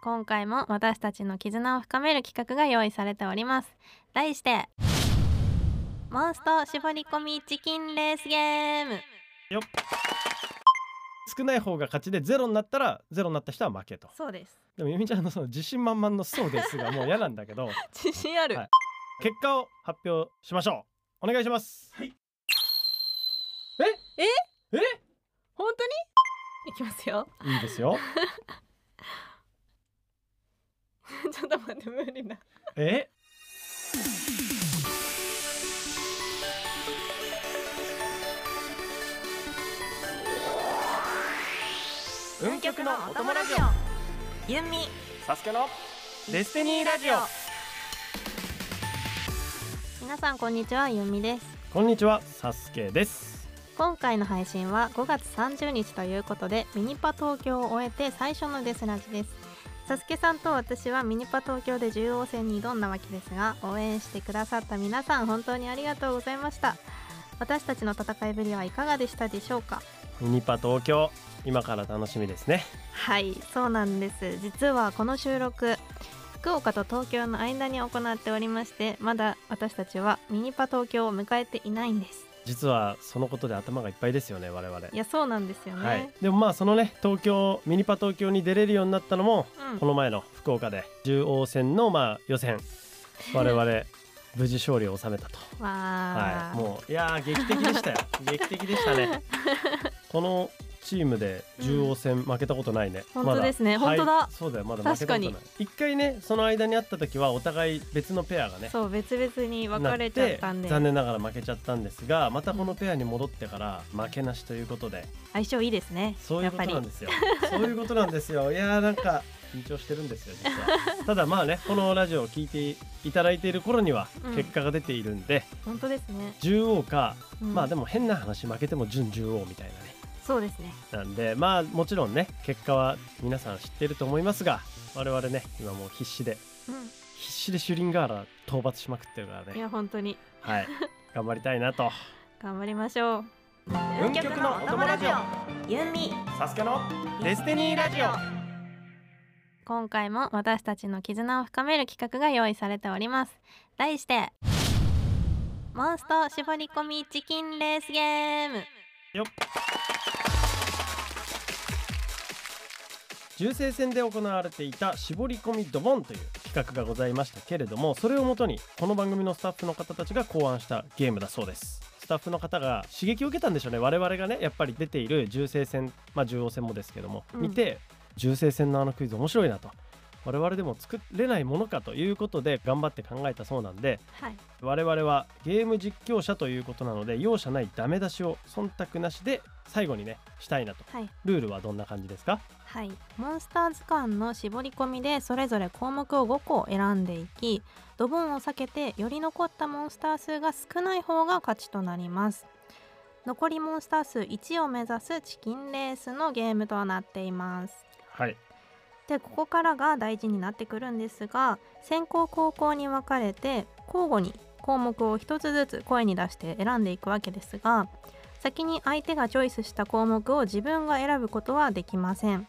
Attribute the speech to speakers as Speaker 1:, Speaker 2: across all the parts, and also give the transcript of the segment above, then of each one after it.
Speaker 1: 今回も私たちの絆を深める企画が用意されております題してモンスト絞り込みチキンレースゲーム
Speaker 2: 少ない方が勝ちでゼロになったらゼロになった人は負けと
Speaker 1: そうです
Speaker 2: でもゆみちゃんのその自信満々の「そうです」がもう嫌なんだけ ど
Speaker 1: 自信ある、
Speaker 2: はい結果を発表しましょうお願いしますはいええ
Speaker 1: 本当にいきますよ
Speaker 2: えいいです よ
Speaker 1: ちょっと待って無理だ
Speaker 2: え運極のお供ラジ
Speaker 1: オユンミ
Speaker 2: オサスケのデスティニーラジオ
Speaker 1: 皆さんこんにちはユンミです
Speaker 2: こんにちはサスケです
Speaker 1: 今回の配信は5月30日ということでミニパ東京を終えて最初のデスラジですサスケさんと私はミニパ東京で竜王戦に挑んだわけですが応援してくださった皆さん本当にありがとうございました私たちの戦いぶりはいかがでしたでしょうか
Speaker 2: ミニパ東京今から楽しみですね
Speaker 1: はいそうなんです実はこの収録福岡と東京の間に行っておりましてまだ私たちはミニパ東京を迎えていないんです
Speaker 2: 実はそのことで頭がいっぱいですよね我々
Speaker 1: いやそうなんですよね、
Speaker 2: はい、でもまあそのね東京ミニパ東京に出れるようになったのも、
Speaker 1: うん
Speaker 2: この前の福岡で中央戦のまあ予選我々無事勝利を収めたと、
Speaker 1: わ
Speaker 2: は
Speaker 1: ー
Speaker 2: い、もういやー劇的でし たよ劇的でしたねこのチームで中央戦負けたことないね、
Speaker 1: 本
Speaker 2: ま
Speaker 1: 当ですね
Speaker 2: はい
Speaker 1: 本当だ
Speaker 2: そうだよまだ負けたことな
Speaker 1: 確
Speaker 2: い
Speaker 1: か
Speaker 2: 一回ねその間にあった時はお互い別のペアがね
Speaker 1: そう別々に別れちゃったん
Speaker 2: な
Speaker 1: で
Speaker 2: て残念ながら負けちゃったんですがまたこのペアに戻ってから負けなしということで
Speaker 1: 相性いいですね
Speaker 2: そうい
Speaker 1: や
Speaker 2: う
Speaker 1: っ
Speaker 2: こ
Speaker 1: ぱ
Speaker 2: と
Speaker 1: り
Speaker 2: なんですよ。 そういうことなんですよ。いやーなんか緊張してるんですよ実 は。ただまあねこのラジオを聞いていただいている頃には
Speaker 1: うん
Speaker 2: 結果が出ているんで、
Speaker 1: 本当ですね、
Speaker 2: 十王か、
Speaker 1: うん
Speaker 2: まあでも変な話負けても準十王みたいなね。
Speaker 1: そうですね
Speaker 2: なんでまあもちろんね結果は皆さん知ってると思いますが我々ね今もう必死で
Speaker 1: う
Speaker 2: 必死でシュリンガーラ討伐しまくってるから
Speaker 1: んい
Speaker 2: ね。
Speaker 1: や本当に
Speaker 2: はい。頑張りたいなと。
Speaker 1: 頑張りましょう
Speaker 2: 運極のお供ラジ
Speaker 1: オユンミ
Speaker 2: サスケのデスティニーラジオ。
Speaker 1: 今回も私たちの絆を深める企画が用意されております題してモンスト絞り込みチキンレースゲーム
Speaker 2: 銃声戦で行われていた絞り込みドボンという企画がございましたけれどもそれをもとにこの番組のスタッフの方たちが考案したゲームだそうですスタッフの方が刺激を受けたんでしょうね我々がねやっぱり出ている銃声戦まあ銃王戦もですけども、
Speaker 1: うん
Speaker 2: 見て銃声戦のあのクイズ面白いなと我々でも作れないものかということで頑張って考えたそうなんで
Speaker 1: はい
Speaker 2: 我々はゲーム実況者ということなので容赦ないダメ出しを忖度なしで最後にねしたいなと
Speaker 1: はい
Speaker 2: ルールはどんな感じですか
Speaker 1: はい、モンスター図鑑の絞り込みでそれぞれ項目を5個選んでいきドボンを避けてより残ったモンスター数が少ない方が勝ちとなります残りモンスター数1を目指すチキンレースのゲームとなっています
Speaker 2: はい
Speaker 1: でここからが大事になってくるんですが先攻後攻に分かれて交互に項目を1つずつ声に出して選んでいくわけですが先に相手がチョイスした項目を自分が選ぶことはできません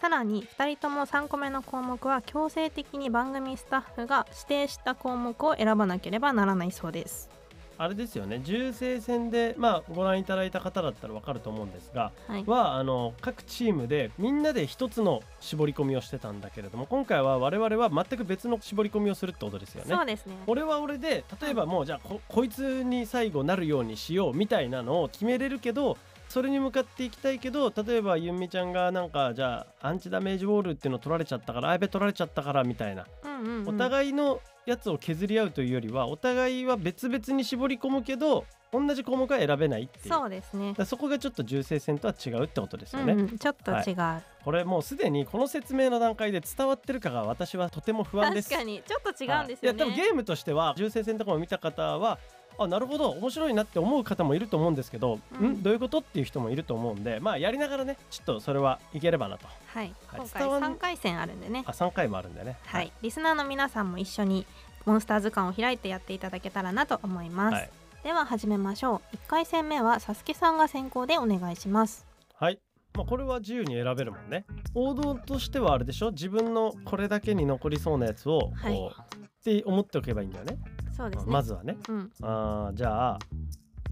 Speaker 1: さらに2人とも3個目の項目は強制的に番組スタッフが指定した項目を選ばなければならないそうです
Speaker 2: あれですよね銃声戦で、まあ、ご覧いただいた方だったらわかると思うんですが
Speaker 1: はい、
Speaker 2: はあの各チームでみんなで一つの絞り込みをしてたんだけれども今回は我々は全く別の絞り込みをするってことですよね
Speaker 1: そう。ですね
Speaker 2: 俺は俺で例えばもうじゃあここいつに最後なるようにしようみたいなのを決めれるけどそれに向かっていきたいけど例えばゆんみちゃんがなんかじゃあアンチダメージウォールっていうの取られちゃったからあやべ取られちゃったからみたいな
Speaker 1: うんうんうん
Speaker 2: お互いのやつを削り合うというよりはお互いは別々に絞り込むけど同じ項目は選べないっていうだか
Speaker 1: そうですね
Speaker 2: らそこがちょっと銃声戦とは違うってことです
Speaker 1: う
Speaker 2: よ
Speaker 1: ん
Speaker 2: ね、
Speaker 1: うん、ちょっと違う、
Speaker 2: これもうすでにこの説明の段階で伝わってるかが私はとても不安で
Speaker 1: 確
Speaker 2: す
Speaker 1: かにちょっと違うんですよね、
Speaker 2: はいいや多分ゲームとしては銃声戦とかも見た方はあなるほど面白いなって思う方もいると思うんですけど、
Speaker 1: うん
Speaker 2: んどういうことっていう人もいると思うんでまあやりながらねちょっとそれはいければなと
Speaker 1: はい、
Speaker 2: はい
Speaker 1: 今
Speaker 2: 伝わ
Speaker 1: 回
Speaker 2: ん
Speaker 1: 三回戦あるんでね
Speaker 2: あ、3回もあるんでね
Speaker 1: はい、リスナーの皆さんも一緒にモンスター図鑑を開いてやっていただけたらなと思います、
Speaker 2: はい
Speaker 1: では始めましょう一回戦目はサスケさんが先行でお願いします
Speaker 2: はいまあ、これは自由に選べるもんね王道としてはあれでしょ自分のこれだけに残りそうなやつをこう、
Speaker 1: はい
Speaker 2: って思っておけばいいんだよね
Speaker 1: そうですね。
Speaker 2: まずはね
Speaker 1: うん。
Speaker 2: あーじゃあ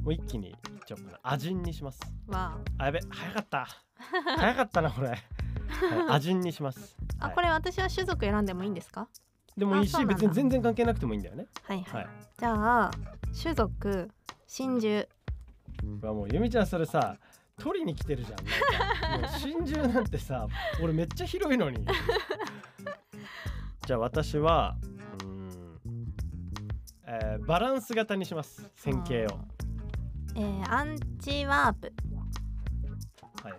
Speaker 2: もう一気にいっちゃおうかなアジンにします
Speaker 1: わ
Speaker 2: あやべ早かった 早かったなこれ、はい、アジンにします、
Speaker 1: あ。あ、
Speaker 2: はい
Speaker 1: これ私は種族選んでもいいんですか？
Speaker 2: でもいい
Speaker 1: あそ
Speaker 2: し
Speaker 1: うなんだ
Speaker 2: 別に全然関係なくてもいいんだよね
Speaker 1: はいは。
Speaker 2: はいい
Speaker 1: じゃあ種族真珠。
Speaker 2: うわもうゆみちゃんそれさ取りに来てるじゃんなんかもう真珠なんてさ俺めっちゃ広いのにじゃあ私はうーん、えーバランス型にします線形を
Speaker 1: あー。えー、アンチワープ。
Speaker 2: はいはいはい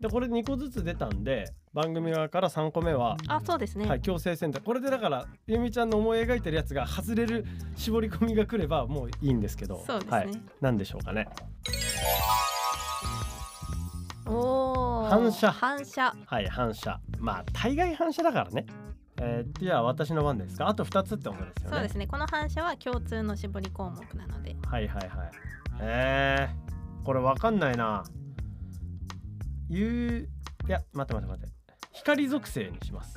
Speaker 2: でこれ2個ずつ出たんで番組側から3個目は、
Speaker 1: あ、そうですね。
Speaker 2: はい、強制選択これでだからゆみちゃんの思い描いてるやつが外れる絞り込みが来ればもういいんですけど
Speaker 1: そうですね。
Speaker 2: はい、何でしょうかね
Speaker 1: おお。
Speaker 2: 反射
Speaker 1: 反射。
Speaker 2: はい反射まあ大概反射だからねえー、じゃあ私の番ですかあと2つってことですよね
Speaker 1: そうですね。この反射は共通の絞り項目なので。
Speaker 2: はいはいはいえー、これわかんないなゆういや待って待って待って光属性にします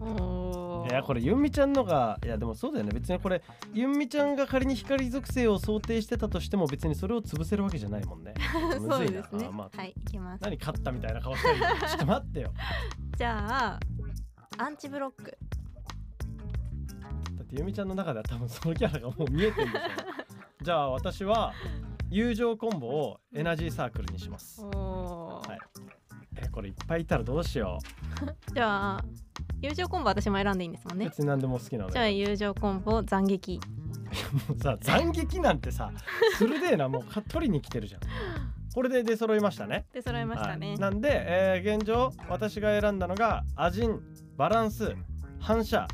Speaker 1: おお。
Speaker 2: いやこれユンミちゃんのがいやでもそうだよね別にこれユンミちゃんが仮に光属性を想定してたとしても別にそれを潰せるわけじゃないも んねむ
Speaker 1: そ
Speaker 2: ず
Speaker 1: う
Speaker 2: いな
Speaker 1: ですね
Speaker 2: あ。まあ
Speaker 1: はい、いきます。
Speaker 2: 何勝ったみたいな顔してるちょっと待ってよ
Speaker 1: じゃあ、アンチブロック。
Speaker 2: だってゆみちゃんの中では多分そのキャラがもう見えてるんでしょうねじゃあ私は友情コンボをエナジーサークルにします
Speaker 1: おー
Speaker 2: はいえこれいっぱいいたらどうしよ
Speaker 1: じゃあ、友情コンボ私も選んでいいんですもん
Speaker 2: う、
Speaker 1: ね。
Speaker 2: 別に何でも好きなの
Speaker 1: じゃあ、
Speaker 2: よ
Speaker 1: 友情コンボ斬撃。
Speaker 2: も うさ斬撃なんてさ鋭えなもうか取りに来てるじゃんこれで出揃いましたね
Speaker 1: で、揃えました
Speaker 2: は
Speaker 1: ね
Speaker 2: い、。なんで、えー現状私が選んだのがアジンバランス反射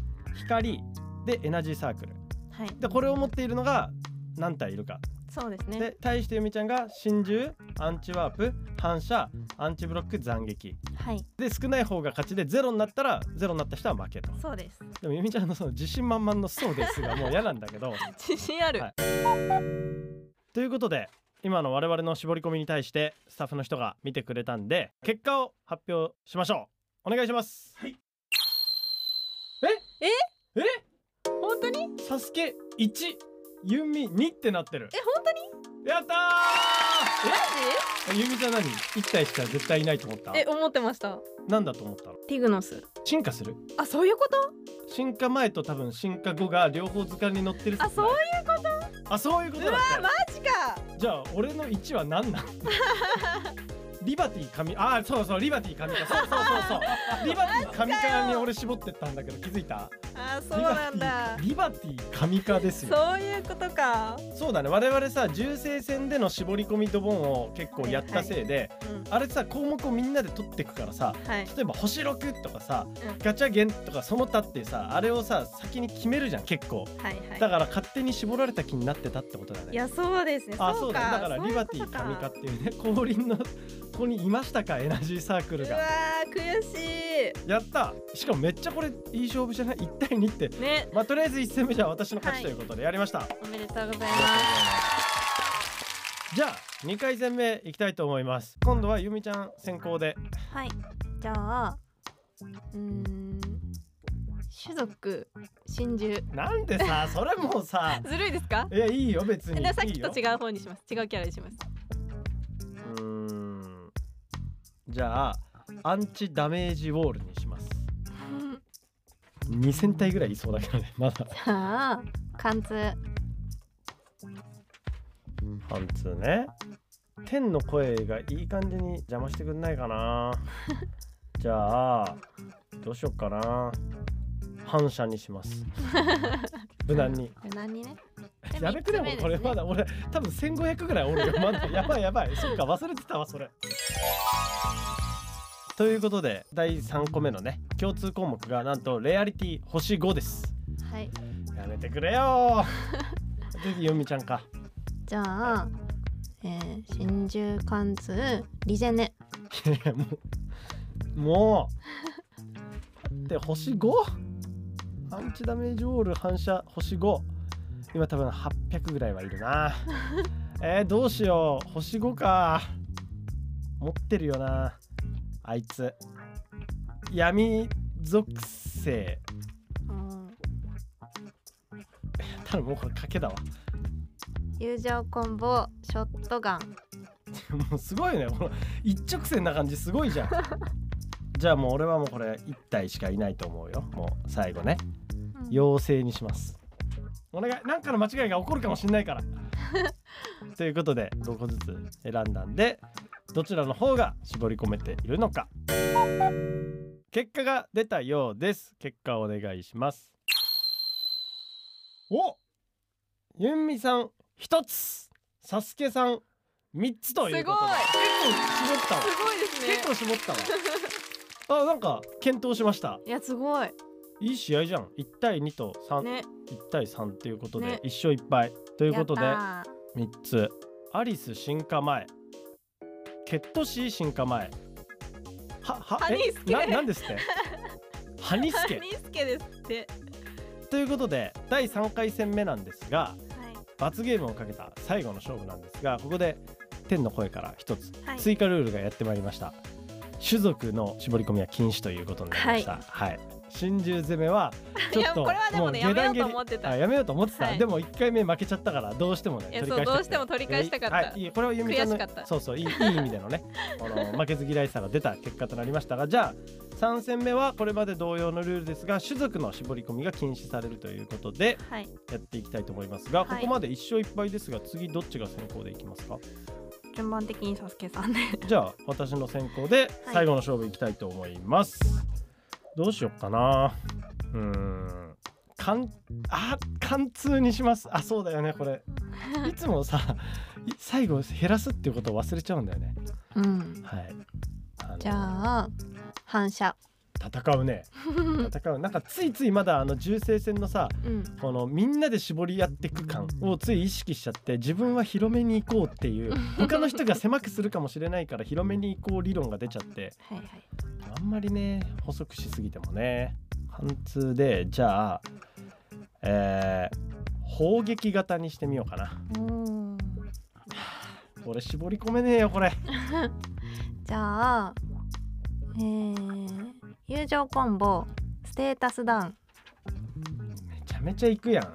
Speaker 2: 光でエナジーサークル
Speaker 1: はい、
Speaker 2: でこれを持っているのが何体いるか
Speaker 1: そうですね。
Speaker 2: で対してゆみちゃんが真珠アンチワープ反射アンチブロック斬撃
Speaker 1: はい、
Speaker 2: で少ない方が勝ちでゼロになったらゼロになった人は負けと
Speaker 1: そうです。
Speaker 2: でもゆみちゃんのその自信満々の「そうです」 がもう嫌なんだけど
Speaker 1: 自信ある。
Speaker 2: はいということで今の我々の絞り込みに対してスタッフの人が見てくれたんで結果を発表しましょうお願いします、はい、ええ
Speaker 1: 本当に
Speaker 2: えサスケ1ユンミ2ってなってる
Speaker 1: え、本当に
Speaker 2: やったーえゆみちゃん何1体しか絶対いないと思った
Speaker 1: え、思ってました。
Speaker 2: なんだと思ったの
Speaker 1: ティグノス。
Speaker 2: 進化する
Speaker 1: あ、そういうこと
Speaker 2: 進化前と多分進化後が両方図鑑に載ってるって
Speaker 1: あ、
Speaker 2: こと
Speaker 1: そう
Speaker 2: だ
Speaker 1: いう
Speaker 2: よあそういうことだった
Speaker 1: マジか
Speaker 2: じゃあ俺の1は何なん リバティ神あーそうそうリバティ神かそうそうそう そうリバティ神かに俺絞ってったんだけど気づいた
Speaker 1: あ、そうなんだ。
Speaker 2: リバティリバティ神かですよ
Speaker 1: そういうことか。
Speaker 2: そうだね我々さ銃声戦での絞り込みドボンを結構やったせいで、
Speaker 1: うん、
Speaker 2: あれさ項目をみんなで取ってくからさ
Speaker 1: はい。
Speaker 2: 例えば星6とかさ、
Speaker 1: うん
Speaker 2: ガチャゲンとかその他っていうさあれをさ先に決めるじゃん結構
Speaker 1: はいはい。
Speaker 2: だから勝手に絞られた気になってたってことだね
Speaker 1: いや、そうですね。
Speaker 2: あ
Speaker 1: そ
Speaker 2: そううだ
Speaker 1: か。
Speaker 2: だからリバティ神かっていうね降臨のここにいましたかエナジーサークル
Speaker 1: うわ
Speaker 2: が
Speaker 1: ー悔し
Speaker 2: やったしかもめっちゃこれいい勝負じゃない1対2って
Speaker 1: いね
Speaker 2: まあとりあえず1戦目じゃ私の勝ちと
Speaker 1: はい
Speaker 2: いうことでやりました、
Speaker 1: おめでとうございま
Speaker 2: じゃあ2回戦目いきたいと思います今度はゆみちゃん先行で
Speaker 1: すはいじゃあうーん種族真珠
Speaker 2: なんでさそれも うさ
Speaker 1: ずるいですか
Speaker 2: いやいいよ別 に
Speaker 1: でさっき
Speaker 2: いいよ
Speaker 1: と違う方にします違うキャラにし ます
Speaker 2: うーんじゃあアンチダメージウォールにします
Speaker 1: うん
Speaker 2: 2000体ぐらいいそうだけどねまだ
Speaker 1: じゃあ貫通
Speaker 2: 貫通ね天の声がいい感じに邪魔してくんないかなじゃあどうしよっかな反射にします無難に
Speaker 1: 無難にね
Speaker 2: やめてでもこれま
Speaker 1: だ
Speaker 2: だ俺多分1500ぐらいおるよまだやばいやば いそっか忘れてたわそれということで第3個目のね共通項目がなんとレアリティ星5です
Speaker 1: はい
Speaker 2: やめてくれ よ次よみちゃんか
Speaker 1: じゃあ、えー、真珠貫通リジェネ
Speaker 2: いやいやもうもうで星 5? アンチダメージウォール反射星5今多分800ぐらいはいるなえー、どうしよう星5か持ってるよなあいつ闇属性
Speaker 1: うん
Speaker 2: 多分もうこれ賭けだわ
Speaker 1: 友情コンボショットガン
Speaker 2: もうすごいねこの一直線な感じすごいじゃんじゃあもう俺はもうこれ1体しかいないと思うよもう最後ね
Speaker 1: うん
Speaker 2: 妖精にしますお願いなんかの間違いが起こるかもしれないから ということで6個ずつ選んだんでどちらの方が絞り込めているのか結果が出たようです結果お願いしますおユンミさん一つサスケさん三つということです結構絞ったわ
Speaker 1: すごいですね
Speaker 2: 結構絞ったわあなんか検討しました
Speaker 1: いやすごい
Speaker 2: いい試合じゃん1対2と3、
Speaker 1: ね
Speaker 2: 1対3ということで、
Speaker 1: ね
Speaker 2: 一勝1敗と
Speaker 1: と
Speaker 2: い うことで3つアリス進化前ケットシー進化前はは
Speaker 1: ハニ
Speaker 2: え
Speaker 1: スケ
Speaker 2: ななんですってハニスケ
Speaker 1: ニスケですって
Speaker 2: ということで第3回戦目なんですが
Speaker 1: はい
Speaker 2: 罰ゲームをかけた最後の勝負なんですがここで天の声から一つ
Speaker 1: はい
Speaker 2: 追加ルールがやってまいりました、種族の絞り込みは禁止ということになりましたはい、真珠攻めはちょっと
Speaker 1: いやこれはでもね
Speaker 2: う下段蹴り
Speaker 1: やめようと思ってた
Speaker 2: あやめようと思ってた、
Speaker 1: はい
Speaker 2: でも1回目負けちゃったからどうしてもね
Speaker 1: いや
Speaker 2: 取り返したくて
Speaker 1: そうどうしても取り返したかった
Speaker 2: はいいいこれはゆみちゃんの
Speaker 1: 悔しかった
Speaker 2: そうそういいいい意味でのね この負けず嫌いさが出た結果となりましたがじゃあ3戦目はこれまで同様のルールですが種族の絞り込みが禁止されるということで
Speaker 1: はい
Speaker 2: やっていきたいと思いますが、
Speaker 1: はい
Speaker 2: ここまで1勝1敗ですが次どっちが先行でいきますか
Speaker 1: 順番的にサスケさんで
Speaker 2: じゃあ私の先行で最後の勝負いきたいと思います、どうしよっかなうーん貫あ貫通にしますあそうだよねこれいつもさい最後減らすっていうことを忘れちゃうんだよね
Speaker 1: うん
Speaker 2: はいあの
Speaker 1: じゃあ反 射
Speaker 2: 戦うね戦うなんかついついまだあの銃声戦のさ
Speaker 1: うん
Speaker 2: このみんなで絞り合っていく感をつい意識しちゃって自分は広めに行こうっていう他の人が狭くするかもしれないから広めに行こう理論が出ちゃって
Speaker 1: はいはい
Speaker 2: あんまりね細くしすぎてもね貫通でじゃあえー砲撃型にしてみようかな
Speaker 1: おー
Speaker 2: 俺絞り込めねえよこれ
Speaker 1: じゃあえー、友情コンボステータスダウン
Speaker 2: めちゃめちゃいくやん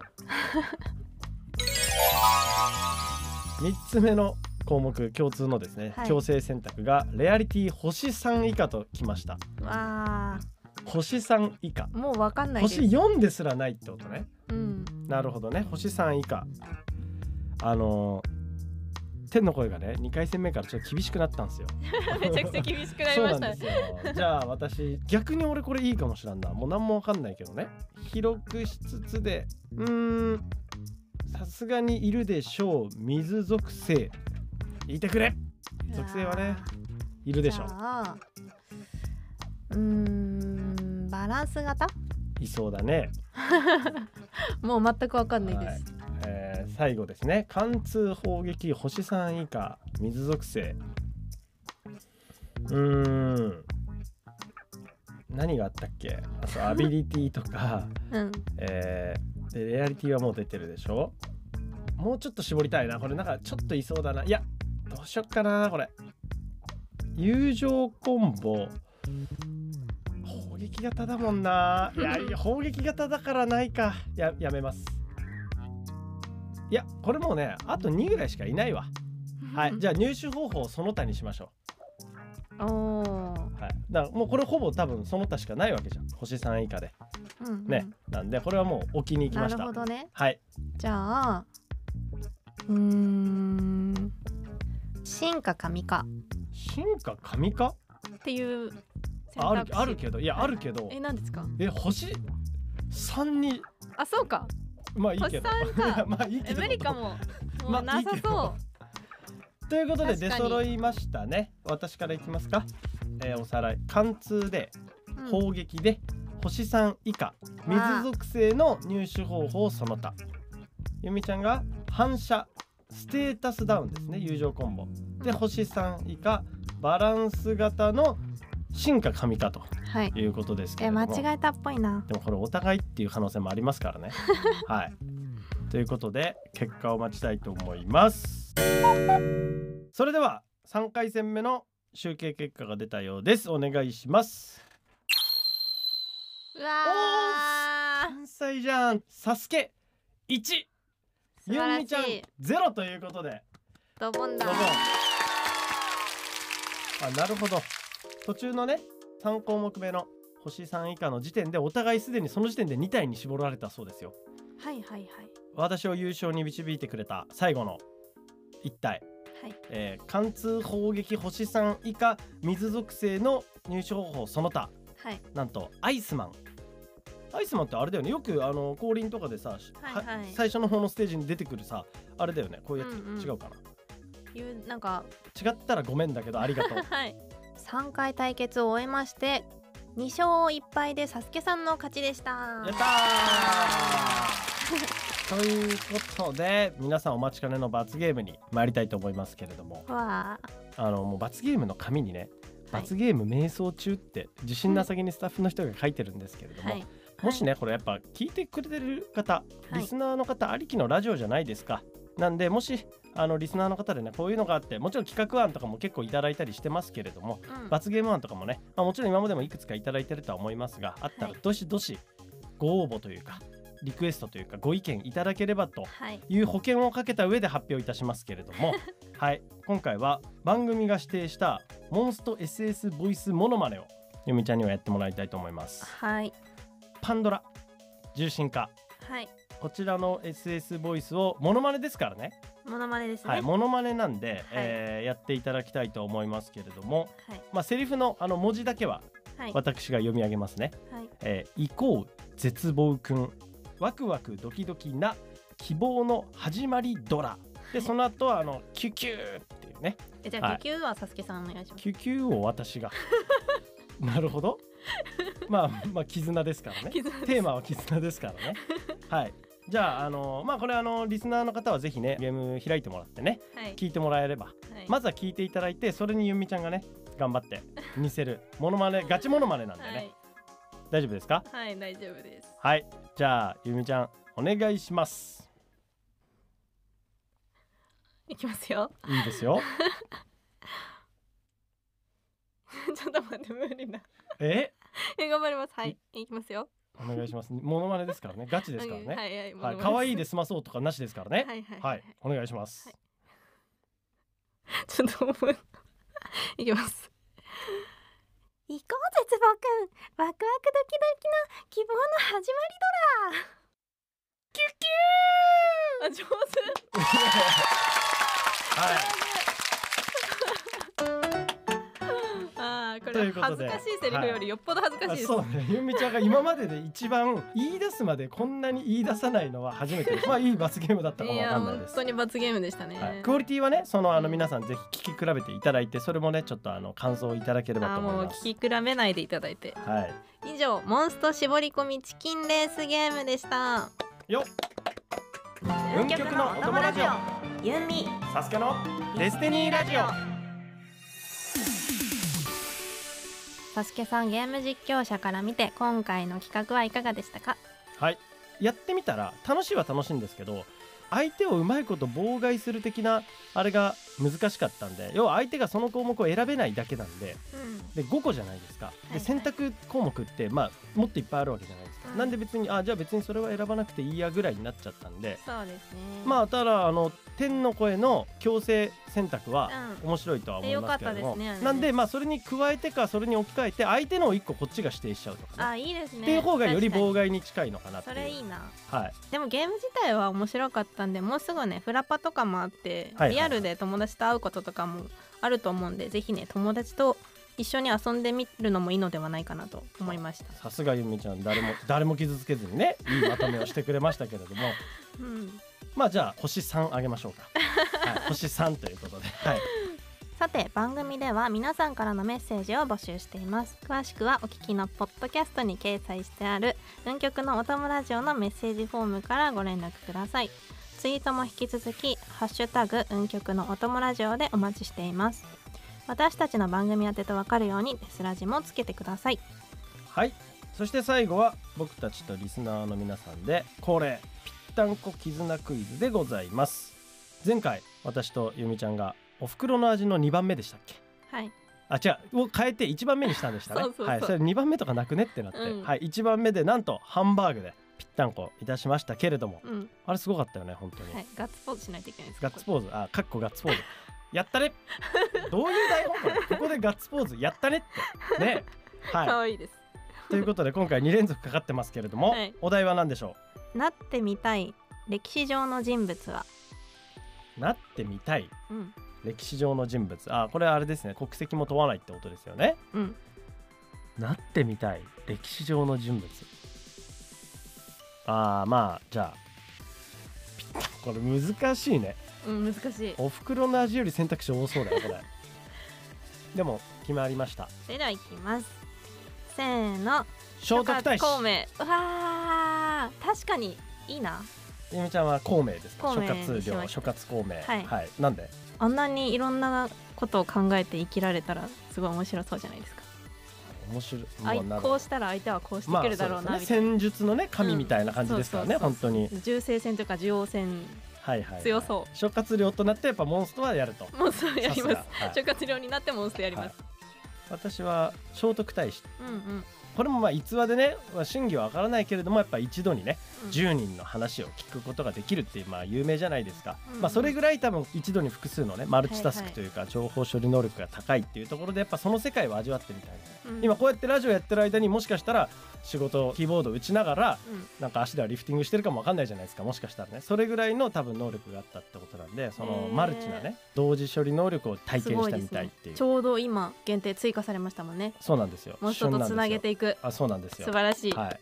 Speaker 2: 3つ目の項目共通のですね、
Speaker 1: はい
Speaker 2: 強制選択がレアリティ星3以下ときました
Speaker 1: わ
Speaker 2: 星3以下
Speaker 1: ーもうわかんないで
Speaker 2: 星
Speaker 1: す
Speaker 2: 4ですらないってことね
Speaker 1: うん
Speaker 2: なるほどね星3以下あのー天の声がね2回戦目からちょっと厳しくなったんですよ
Speaker 1: めちゃくちゃ厳しくなり
Speaker 2: そう
Speaker 1: ま
Speaker 2: な
Speaker 1: し
Speaker 2: ん
Speaker 1: た
Speaker 2: で
Speaker 1: ね
Speaker 2: すよじゃあ私逆に俺これいいかもしらんなもう何もわかんないけどね広くしつつでうーんさすがにいるでしょう水属性いてくれ属性はねいるでしょ
Speaker 1: じゃあうーんバランス型
Speaker 2: ういそうだね
Speaker 1: もう全くわかんないです、
Speaker 2: はいえー最後ですね貫通砲撃星3以下水属性うーん何があったっけあとアビリティとか、
Speaker 1: うん
Speaker 2: えーでレアリティはもう出てるでしょもうちょっと絞りたいなこれなんかちょっといそうだないやどうしよっかなこれ友情コンボ砲撃型だもんないや いや砲撃型だからないかややめますいやこれもうねあと2ぐらいしかいないわはいじゃあ入手方法をその他にしましょ
Speaker 1: おおー
Speaker 2: うはいだからもうこれほぼ多分その他しかないわけじゃん星3以下で
Speaker 1: うんうん
Speaker 2: ね、なんでこれはもう置きに行き
Speaker 1: な
Speaker 2: まし
Speaker 1: る
Speaker 2: た
Speaker 1: ほどね
Speaker 2: はい
Speaker 1: じゃあうーん進化か未化
Speaker 2: 進化神化
Speaker 1: っていう選
Speaker 2: ある
Speaker 1: 択肢
Speaker 2: あるけどいや
Speaker 1: はい
Speaker 2: あるけど
Speaker 1: え何ですか
Speaker 2: え星3に
Speaker 1: あそうか
Speaker 2: まあいいけど
Speaker 1: 星三か
Speaker 2: まあいいけ
Speaker 1: え
Speaker 2: ど
Speaker 1: 無理かもも
Speaker 2: まあ
Speaker 1: うなさそう、
Speaker 2: ということで
Speaker 1: 確か
Speaker 2: 出
Speaker 1: に
Speaker 2: 揃いましたね私からいきますか、えーおさらい貫通で
Speaker 1: うん
Speaker 2: 砲撃で星3以下
Speaker 1: わあ
Speaker 2: 水属性の入手方法その他ゆみちゃんが反射ステータスダウンですね友情コンボで
Speaker 1: うん
Speaker 2: 星3以下バランス型の進化神化と
Speaker 1: はい
Speaker 2: いうことですけ
Speaker 1: え
Speaker 2: れど
Speaker 1: 間
Speaker 2: も
Speaker 1: 違えたっぽいな
Speaker 2: でもこれお互いっていう可能性もあります からね。はい。ということで結果を待ちたいと思います。それでは3回戦目の集計結果が出たようですお願いします
Speaker 1: うわー
Speaker 2: 天才じゃんサスケ1
Speaker 1: 素晴
Speaker 2: ゆん
Speaker 1: ら
Speaker 2: みちゃん
Speaker 1: しい
Speaker 2: 0ということで
Speaker 1: ドボンだ
Speaker 2: ドボンあなるほど途中のね3項目目の星3以下の時点でお互いすでにその時点で2体に絞られたそうですよ
Speaker 1: はいはいはい
Speaker 2: 私を優勝に導いてくれた最後の1体、
Speaker 1: はい
Speaker 2: えー貫通砲撃星3以下水属性の入手方法その他
Speaker 1: はい
Speaker 2: なんとアイスマンアイスマンってあれだよねよくあの降臨とかでさ、
Speaker 1: はいはい
Speaker 2: 最初の方のステージに出てくるさあれだよねこういうやつ、
Speaker 1: うんうん
Speaker 2: 違うかな
Speaker 1: いうなんか
Speaker 2: 違ったらごめんだけどあり がとう
Speaker 1: はい3回対決を終えまして2勝1敗でサスケさんの勝ちでした
Speaker 2: やったーということで皆さんお待ちかねの罰ゲームに参りたいと思いますけれども
Speaker 1: わあ
Speaker 2: あのもう罰ゲームの紙にね「
Speaker 1: はい
Speaker 2: 罰ゲーム瞑想中」って自信なさげにスタッフの人が書いてるんですけれども、
Speaker 1: はい
Speaker 2: もしねこれやっぱ聞いてくれてる方、
Speaker 1: はい
Speaker 2: リスナーの方ありきのラジオじゃないですか。なんでもしあのリスナーの方でねこういうのがあってもちろん企画案とかも結構いただいたりしてますけれども
Speaker 1: うん
Speaker 2: 罰ゲーム案とかもね、まあ、もちろん今までもいくつかいただいてるとは思いますがあったら
Speaker 1: はい
Speaker 2: どしどしご応募というかリクエストというかご意見いただければと
Speaker 1: はい
Speaker 2: いう保険をかけた上で発表いたしますけれど もはい今回は番組が指定したモンスト SS ボイスモノマネをゆみちゃんにはやってもらいたいと思います
Speaker 1: はい
Speaker 2: パンドラ重心化
Speaker 1: はい
Speaker 2: こちらの SS ボイスをモノマネですからね
Speaker 1: モノマネですね
Speaker 2: はい
Speaker 1: は
Speaker 2: モノマネなんで、えーやっていただきたいと思いますけれども
Speaker 1: い
Speaker 2: まあセリフのあの文字だけは
Speaker 1: はい
Speaker 2: 私が読み上げますね、
Speaker 1: はい
Speaker 2: えー行こう絶望くんワクワクドキドキな希望の始まりドラでその後はあのキュキューっていうね
Speaker 1: えじゃ
Speaker 2: は
Speaker 1: あ
Speaker 2: い
Speaker 1: 気球はサスケさんお願いします
Speaker 2: キュキューを私が なるほどまあまあ絆ですからね
Speaker 1: 絆です
Speaker 2: テーマは絆ですからねはいじゃああのまあこれあのリスナーの方はぜひねゲーム開いてもらってね
Speaker 1: はい
Speaker 2: 聞いてもらえれば
Speaker 1: はい
Speaker 2: まずは聞いていただいてそれにゆみちゃんがね頑張って似せるモノマネガチモノマネなんでね、
Speaker 1: はい
Speaker 2: 大丈夫ですか
Speaker 1: はい大丈夫です
Speaker 2: はいじゃあゆみちゃんお願いします
Speaker 1: いきますよ
Speaker 2: いいですよ
Speaker 1: ちょっと待って無理だ
Speaker 2: え
Speaker 1: え頑張りますはいいきますよ
Speaker 2: お願いしますモノマネですからねガチですから
Speaker 1: は
Speaker 2: ね
Speaker 1: いはい
Speaker 2: はい可愛いです済まそうとかなしですから
Speaker 1: は
Speaker 2: ね
Speaker 1: いはいはい
Speaker 2: は
Speaker 1: はいい、
Speaker 2: お願いします。
Speaker 1: ちょっと思う。いきます。行こう絶望くん、ワクワクドキドキの希望の始まりドラ。キュキュー。あ、上手。
Speaker 2: はい、
Speaker 1: あー、こと
Speaker 2: い
Speaker 1: れ
Speaker 2: うこと
Speaker 1: 恥
Speaker 2: で
Speaker 1: ずかしいセリフよりよっぽど恥ずかしい
Speaker 2: あ
Speaker 1: です。
Speaker 2: そうね、ゆみちゃんが今までで一番言い出すまでこんなに言い出さないのは初めてです。まあいい罰ゲームだったかも
Speaker 1: い
Speaker 2: わか
Speaker 1: や
Speaker 2: んない
Speaker 1: 本
Speaker 2: です
Speaker 1: 当。に罰ゲームでしたね。
Speaker 2: はい、クオリティはね、そのあの皆さんぜひ聞き比べていただいて、それもねちょっとあの感想をいただければ
Speaker 1: あ
Speaker 2: と
Speaker 1: ーも
Speaker 2: 思
Speaker 1: う
Speaker 2: います。
Speaker 1: 聞き比べないでいただいて。
Speaker 2: はい、
Speaker 1: 以上モンスト絞り込みチキンレースゲームでした。
Speaker 2: よっ文極のお友ラジ
Speaker 1: オユンミ
Speaker 2: サスケのデスティニーラジオ。
Speaker 1: サスケさんゲーム実況者から見て今回の企画はいかがでしたか
Speaker 2: はい、やってみたら楽しいは楽しいんですけど。相手をうまいこと妨害する的なあれが難しかったんで要は相手がその項目を選べないだけなんで
Speaker 1: う
Speaker 2: で5個じゃないですか、
Speaker 1: いは
Speaker 2: で
Speaker 1: い
Speaker 2: 選択項目って、まあ、もっといっぱいあるわけじゃないですか、
Speaker 1: うん
Speaker 2: なんで別にあじゃあ別にそれは選ばなくていいやぐらいになっちゃったんで、
Speaker 1: そうですね
Speaker 2: まあただあの天の声の強制選択は
Speaker 1: うん
Speaker 2: 面白いとは思いますけれども、
Speaker 1: でよかったですねあれね
Speaker 2: なんで、まあ、それに加えてかそれに置き換えて相手のを1個こっちが指定しちゃうとかね
Speaker 1: あいいですね
Speaker 2: っていう方がより妨
Speaker 1: 確
Speaker 2: 害に近いのかなって
Speaker 1: か
Speaker 2: い
Speaker 1: に
Speaker 2: う
Speaker 1: それいいな
Speaker 2: はい、
Speaker 1: でもゲーム自体は面白かったんでもうすぐねフラパとかもあって、
Speaker 2: はいはい
Speaker 1: リアルで友達と会うこととかもあると思うんでぜひね友達と一緒に遊んでみるのもいいのではないかなと思いました、
Speaker 2: さすがゆみちゃん誰も誰も傷つけずにねいいまとめをしてくれましたけれども
Speaker 1: うん、
Speaker 2: まあじゃあ星3あげましょう か、はい、星3ということで、はい、
Speaker 1: さて番組では皆さんからのメッセージを募集しています詳しくはお聞きのポッドキャストに掲載してある文曲のお供ラジオのメッセージフォームからご連絡くださいツイートも引き続き「ハッシュタグ運曲のお供ラジオ」でお待ちしています私たちの番組宛てとわかるようにデスラジもつけてください
Speaker 2: はいそして最後は僕たちとリスナーの皆さんで恒例ぴったんこ絆クイズでございます前回私とゆみちゃんがお袋の味の2番目でしたっけ
Speaker 1: はい
Speaker 2: あ違うを変えて1番目にしたんでした ね
Speaker 1: そうそうそう
Speaker 2: はい、それ2番目とかなくねってなって、
Speaker 1: うん
Speaker 2: はい、1番目でなんとハンバーグでぴったんこいたしましたけれども
Speaker 1: うん
Speaker 2: あれすごかったよね本当に、
Speaker 1: はい、ガッツポーズしないといけないです
Speaker 2: ガッツポーズあかっこガッツポーズやったねどういう台本これここでガッツポーズやったねってね
Speaker 1: か
Speaker 2: は
Speaker 1: わいいです
Speaker 2: いということで今回2連続かかってますけれども、
Speaker 1: はい
Speaker 2: お題は何でしょ
Speaker 1: なってみたい歴史上の人物は、
Speaker 2: うなってみたい
Speaker 1: うん
Speaker 2: 歴史上の人物あこれはあれですね国籍も問わないってことですよね
Speaker 1: うん、
Speaker 2: なってみたい歴史上の人物ああまあじゃあピッこれ難しいね
Speaker 1: うん、難しい
Speaker 2: おふくろの味より選択肢多そうだよこれでも決まりました
Speaker 1: それではいきますせーの
Speaker 2: 聖徳太子
Speaker 1: 孔明うわー確かにいいな
Speaker 2: ゆみちゃんは孔明ですか
Speaker 1: 孔
Speaker 2: 諸
Speaker 1: 明
Speaker 2: 葛
Speaker 1: にし
Speaker 2: 亮
Speaker 1: ました
Speaker 2: 諸葛孔明
Speaker 1: はい
Speaker 2: なんで
Speaker 1: あんなにいろんなことを考えて生きられたらすごい面白そうじゃないですか
Speaker 2: 面白い
Speaker 1: あい
Speaker 2: もうなん
Speaker 1: こうしたら相手はこうしてくるだろうな
Speaker 2: まあそ
Speaker 1: み
Speaker 2: です
Speaker 1: たい
Speaker 2: ね
Speaker 1: な、
Speaker 2: 戦術のね神みたいな感じですからね、
Speaker 1: うんそう
Speaker 2: 本
Speaker 1: そ
Speaker 2: 当に
Speaker 1: 銃声戦とか銃王戦
Speaker 2: はいはい、はい、
Speaker 1: 強そう
Speaker 2: 諸葛亮となってやっぱモンストはやると
Speaker 1: モンストやります
Speaker 2: さすがはい
Speaker 1: 諸葛亮になってモンストやります、
Speaker 2: 私は聖徳太子
Speaker 1: うんうんうん
Speaker 2: これもまあ逸話でね、まあ、真偽は分からないけれどもやっぱ一度にね10人の話を聞くことができるっていうまあ有名じゃないですか、
Speaker 1: うんうん
Speaker 2: まあ、それぐらい多分一度に複数のねマルチタス
Speaker 1: はいは
Speaker 2: ク
Speaker 1: い
Speaker 2: というか情報処理能力が高いっていうところでやっぱその世界を味わってみたい
Speaker 1: う
Speaker 2: な、
Speaker 1: ん
Speaker 2: 今こうやってラジオやってる間にもしかしたら仕事キーボード打ちながら
Speaker 1: うん
Speaker 2: なんか足ではリフティングしてるかも分かんないじゃないですかもしかしたらねそれぐらいの多分能力があったってことなんでその
Speaker 1: へー
Speaker 2: マルチなね同時処理能力を体
Speaker 1: す
Speaker 2: 験
Speaker 1: ご
Speaker 2: し
Speaker 1: い
Speaker 2: た
Speaker 1: で
Speaker 2: み
Speaker 1: す
Speaker 2: たいっ
Speaker 1: ね
Speaker 2: ていう
Speaker 1: ちょうど今限定追加されましたもんね
Speaker 2: そうなんですよ
Speaker 1: モンストとつなげていく
Speaker 2: 旬なんですよあそうなんですよ
Speaker 1: 素晴らしい、
Speaker 2: はい、なんで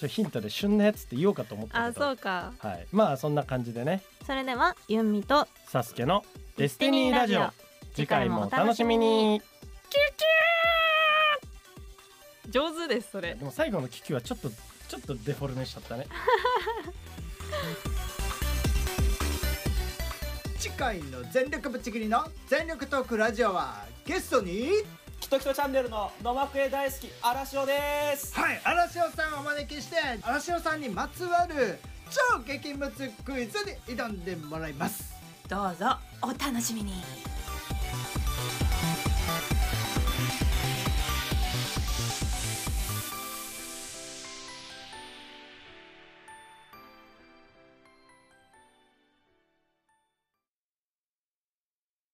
Speaker 2: ちょヒントで旬なやつって言おうかと思った
Speaker 1: あ
Speaker 2: けど
Speaker 1: そうか
Speaker 2: はい、まあそんな感じでね
Speaker 1: それではユンミと
Speaker 2: サスケの「デスティニーラジオ」次回もお楽しみに
Speaker 1: 上手ですそれ
Speaker 2: でも最後のキキはちょっとちょっとデフォルメしちゃったね
Speaker 3: 次回の全力ぶっちぎりの全力トークラジオはゲストに
Speaker 4: キトキトチャンネルの野幕絵大好き荒汐です
Speaker 3: はい嵐尾さんをお招きして嵐尾さんにまつわる超激ムツクイズに挑んでもらいます
Speaker 5: どうぞお楽しみに